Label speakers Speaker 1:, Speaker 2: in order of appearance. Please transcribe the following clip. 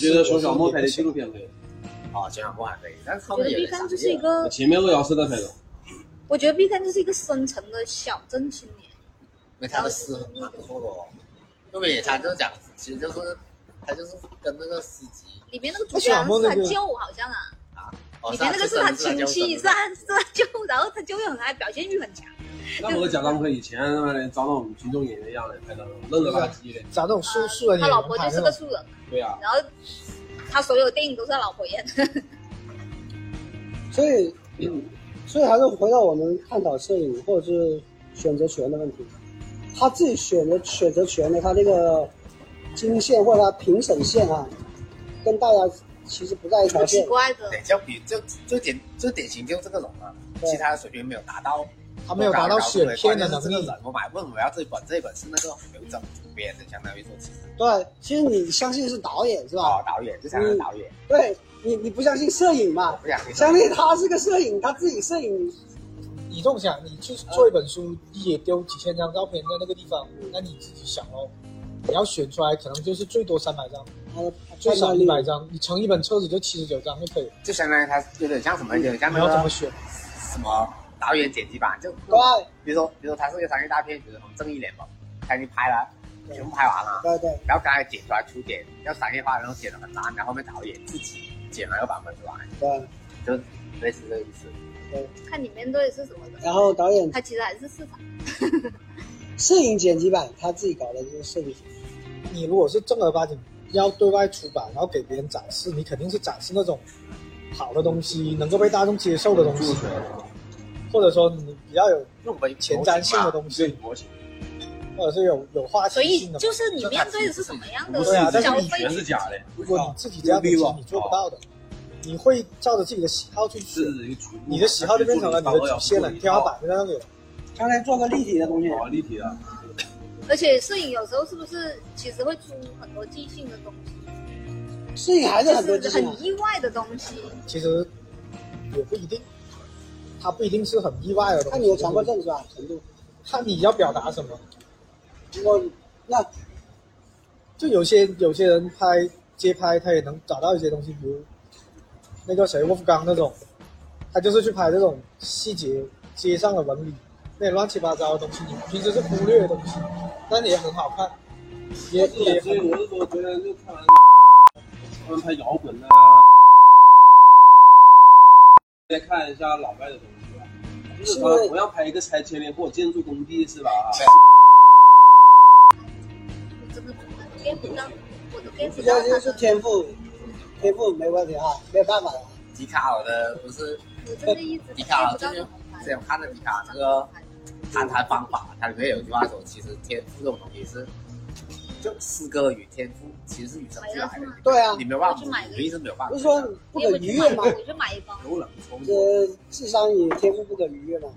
Speaker 1: 觉得从小莫拍的纪录片可以，
Speaker 2: 啊，这样不还可以，但是他
Speaker 3: 我觉
Speaker 2: 们也
Speaker 3: 得 B
Speaker 2: 没啥
Speaker 3: 站就是一
Speaker 2: 劲啊
Speaker 3: 个，
Speaker 1: 前面二幺四在拍的，
Speaker 3: 我觉得 B 站就是一个深层的小镇青年。
Speaker 2: 没他的诗很难说的哦。因为他就讲，其实就是他就是跟那个司机
Speaker 3: 里面那个主角好像是他舅，好像啊，
Speaker 2: 哦，
Speaker 3: 里面那个
Speaker 2: 是
Speaker 3: 他
Speaker 2: 他
Speaker 3: 亲戚，是
Speaker 2: 是他
Speaker 3: 他是他舅，然后他舅又很爱表现欲很强。
Speaker 1: 那我假装可以前他妈的找那种群众演员一样的拍的，愣着垃圾的，
Speaker 4: 找那种素素人
Speaker 3: 啊他
Speaker 4: 演
Speaker 3: 老
Speaker 4: 员
Speaker 3: 婆就
Speaker 4: 拍
Speaker 3: 是
Speaker 4: 那
Speaker 3: 个
Speaker 4: 种，
Speaker 3: 素人，
Speaker 1: 对呀，
Speaker 3: 然后他所有的电影都是他老婆演的。
Speaker 5: 所以，所以还是回到我们探讨摄影或者是选择权的问题。他自己选择选择权的，他那个金线或者他评审线啊，跟大家其实不在一条
Speaker 3: 不奇
Speaker 5: 线。
Speaker 3: 怪的，
Speaker 2: 对，就比就就典就典型就这个人啊，
Speaker 5: 对
Speaker 2: 其他的水平没有达到，
Speaker 4: 他没有达到写片的能
Speaker 2: 关键是这
Speaker 4: 力
Speaker 2: 个。人，我买问我要这本，这本是那个刘征主编的，相当于说其实
Speaker 5: 对，其实你相信是导演是
Speaker 4: 啊
Speaker 5: 吧？
Speaker 2: 哦导演就相
Speaker 4: 嗯
Speaker 2: 当于导演，
Speaker 5: 对你，你不相信摄影嘛？
Speaker 2: 不想跟
Speaker 5: 相信他是个摄影，他自己摄影
Speaker 4: 你这么想，你去做一本书，也丢几千张照片在那个地方，那你自己想喽。你要选出来，可能就是最多三百张，
Speaker 5: 他的
Speaker 4: 最少一
Speaker 5: 力。
Speaker 4: 百张，你乘一本册子就七十九张就可以了。
Speaker 2: 就相当于他有点像什么，有点像
Speaker 4: 你
Speaker 2: 那
Speaker 4: 要怎
Speaker 2: 个
Speaker 4: 么选？
Speaker 2: 什么导演剪辑版，就
Speaker 5: 对
Speaker 2: 比如说比如说他是个商业大片，比如说什么正义联盟，他已经拍了，全部拍完了，
Speaker 5: 对对，
Speaker 2: 然后刚才剪出来出点要商业化，然后剪得很烂，然后后面导演自己剪了个版本出来，
Speaker 5: 对，
Speaker 2: 类似这个意思。
Speaker 3: 看里面到底是什么的。
Speaker 5: 然后导演
Speaker 3: 他其实还是市场，
Speaker 5: 摄影剪辑版他自己搞的就是摄影，
Speaker 4: 你如果是正儿八经要对外出版，然后给别人展示，你肯定是展示那种好的东西，能够被大众接受的东西，或者说你比较有
Speaker 2: 入围
Speaker 4: 前瞻性的东
Speaker 1: 这
Speaker 4: 西，
Speaker 1: 模型
Speaker 4: 或者是有有话
Speaker 3: 所
Speaker 4: 题
Speaker 3: 以
Speaker 4: 性的。
Speaker 3: 就是你面对的是什么样的
Speaker 1: 不是
Speaker 4: 对啊但是
Speaker 3: 消
Speaker 1: 你
Speaker 3: 费
Speaker 1: 全是假的，
Speaker 4: 如果你自己这样东西，你做不到的，你会照着自己的喜好去选
Speaker 1: 是，一个局部
Speaker 4: 你的喜好就变成了你的主线了，你天花板就在那里了。
Speaker 5: 刚才做个立体的东西，
Speaker 1: 好立体的，
Speaker 3: 而且摄影有时候是不是其实会出很多即兴的东西，
Speaker 5: 摄影还是很多
Speaker 3: 就
Speaker 5: 技
Speaker 3: 是
Speaker 5: 巧。
Speaker 3: 很意外的东西。
Speaker 4: 其实也不一定，它不一定是很意外的东西。
Speaker 5: 看你的强迫，症是吧？程度，
Speaker 4: 看你要表达什么。
Speaker 5: 我那
Speaker 4: 就有些有些人拍街拍，他也能找到一些东西，比如那个谁沃夫冈那种，他就是去拍这种细节、街上的纹理，那些乱七八糟的东西，你平时是忽略的东西，但也很好看，也也
Speaker 1: 所以我是说，觉得就看完他们拍摇滚啊，再看一下老外的东西吧。就是他同样拍一个拆迁的或者建筑工地是吧？
Speaker 3: 我真的 get 不到，我都 get 不
Speaker 5: 这
Speaker 3: 到
Speaker 5: 就
Speaker 3: 他
Speaker 5: 是
Speaker 3: 的，
Speaker 5: 天赋，天赋没问题啊，没有办法的。
Speaker 2: 迪卡尔的不是
Speaker 3: 我真的一直 get 不到怎么
Speaker 2: 之
Speaker 3: 办。
Speaker 2: 前我看了迪卡尔这个谈谈方法，它里面有一句话说，其实天赋这种东西是，就诗歌与天赋其实是与生俱来的，
Speaker 5: 对啊，
Speaker 2: 你没有办法，你一直没有办法。
Speaker 5: 不是说不可
Speaker 3: 我
Speaker 5: 逾
Speaker 3: 去
Speaker 5: 越呃
Speaker 3: 买，
Speaker 5: 吗？
Speaker 3: 我去买一包。
Speaker 2: 有冷冲
Speaker 5: 这智商与天赋不可逾越嘛。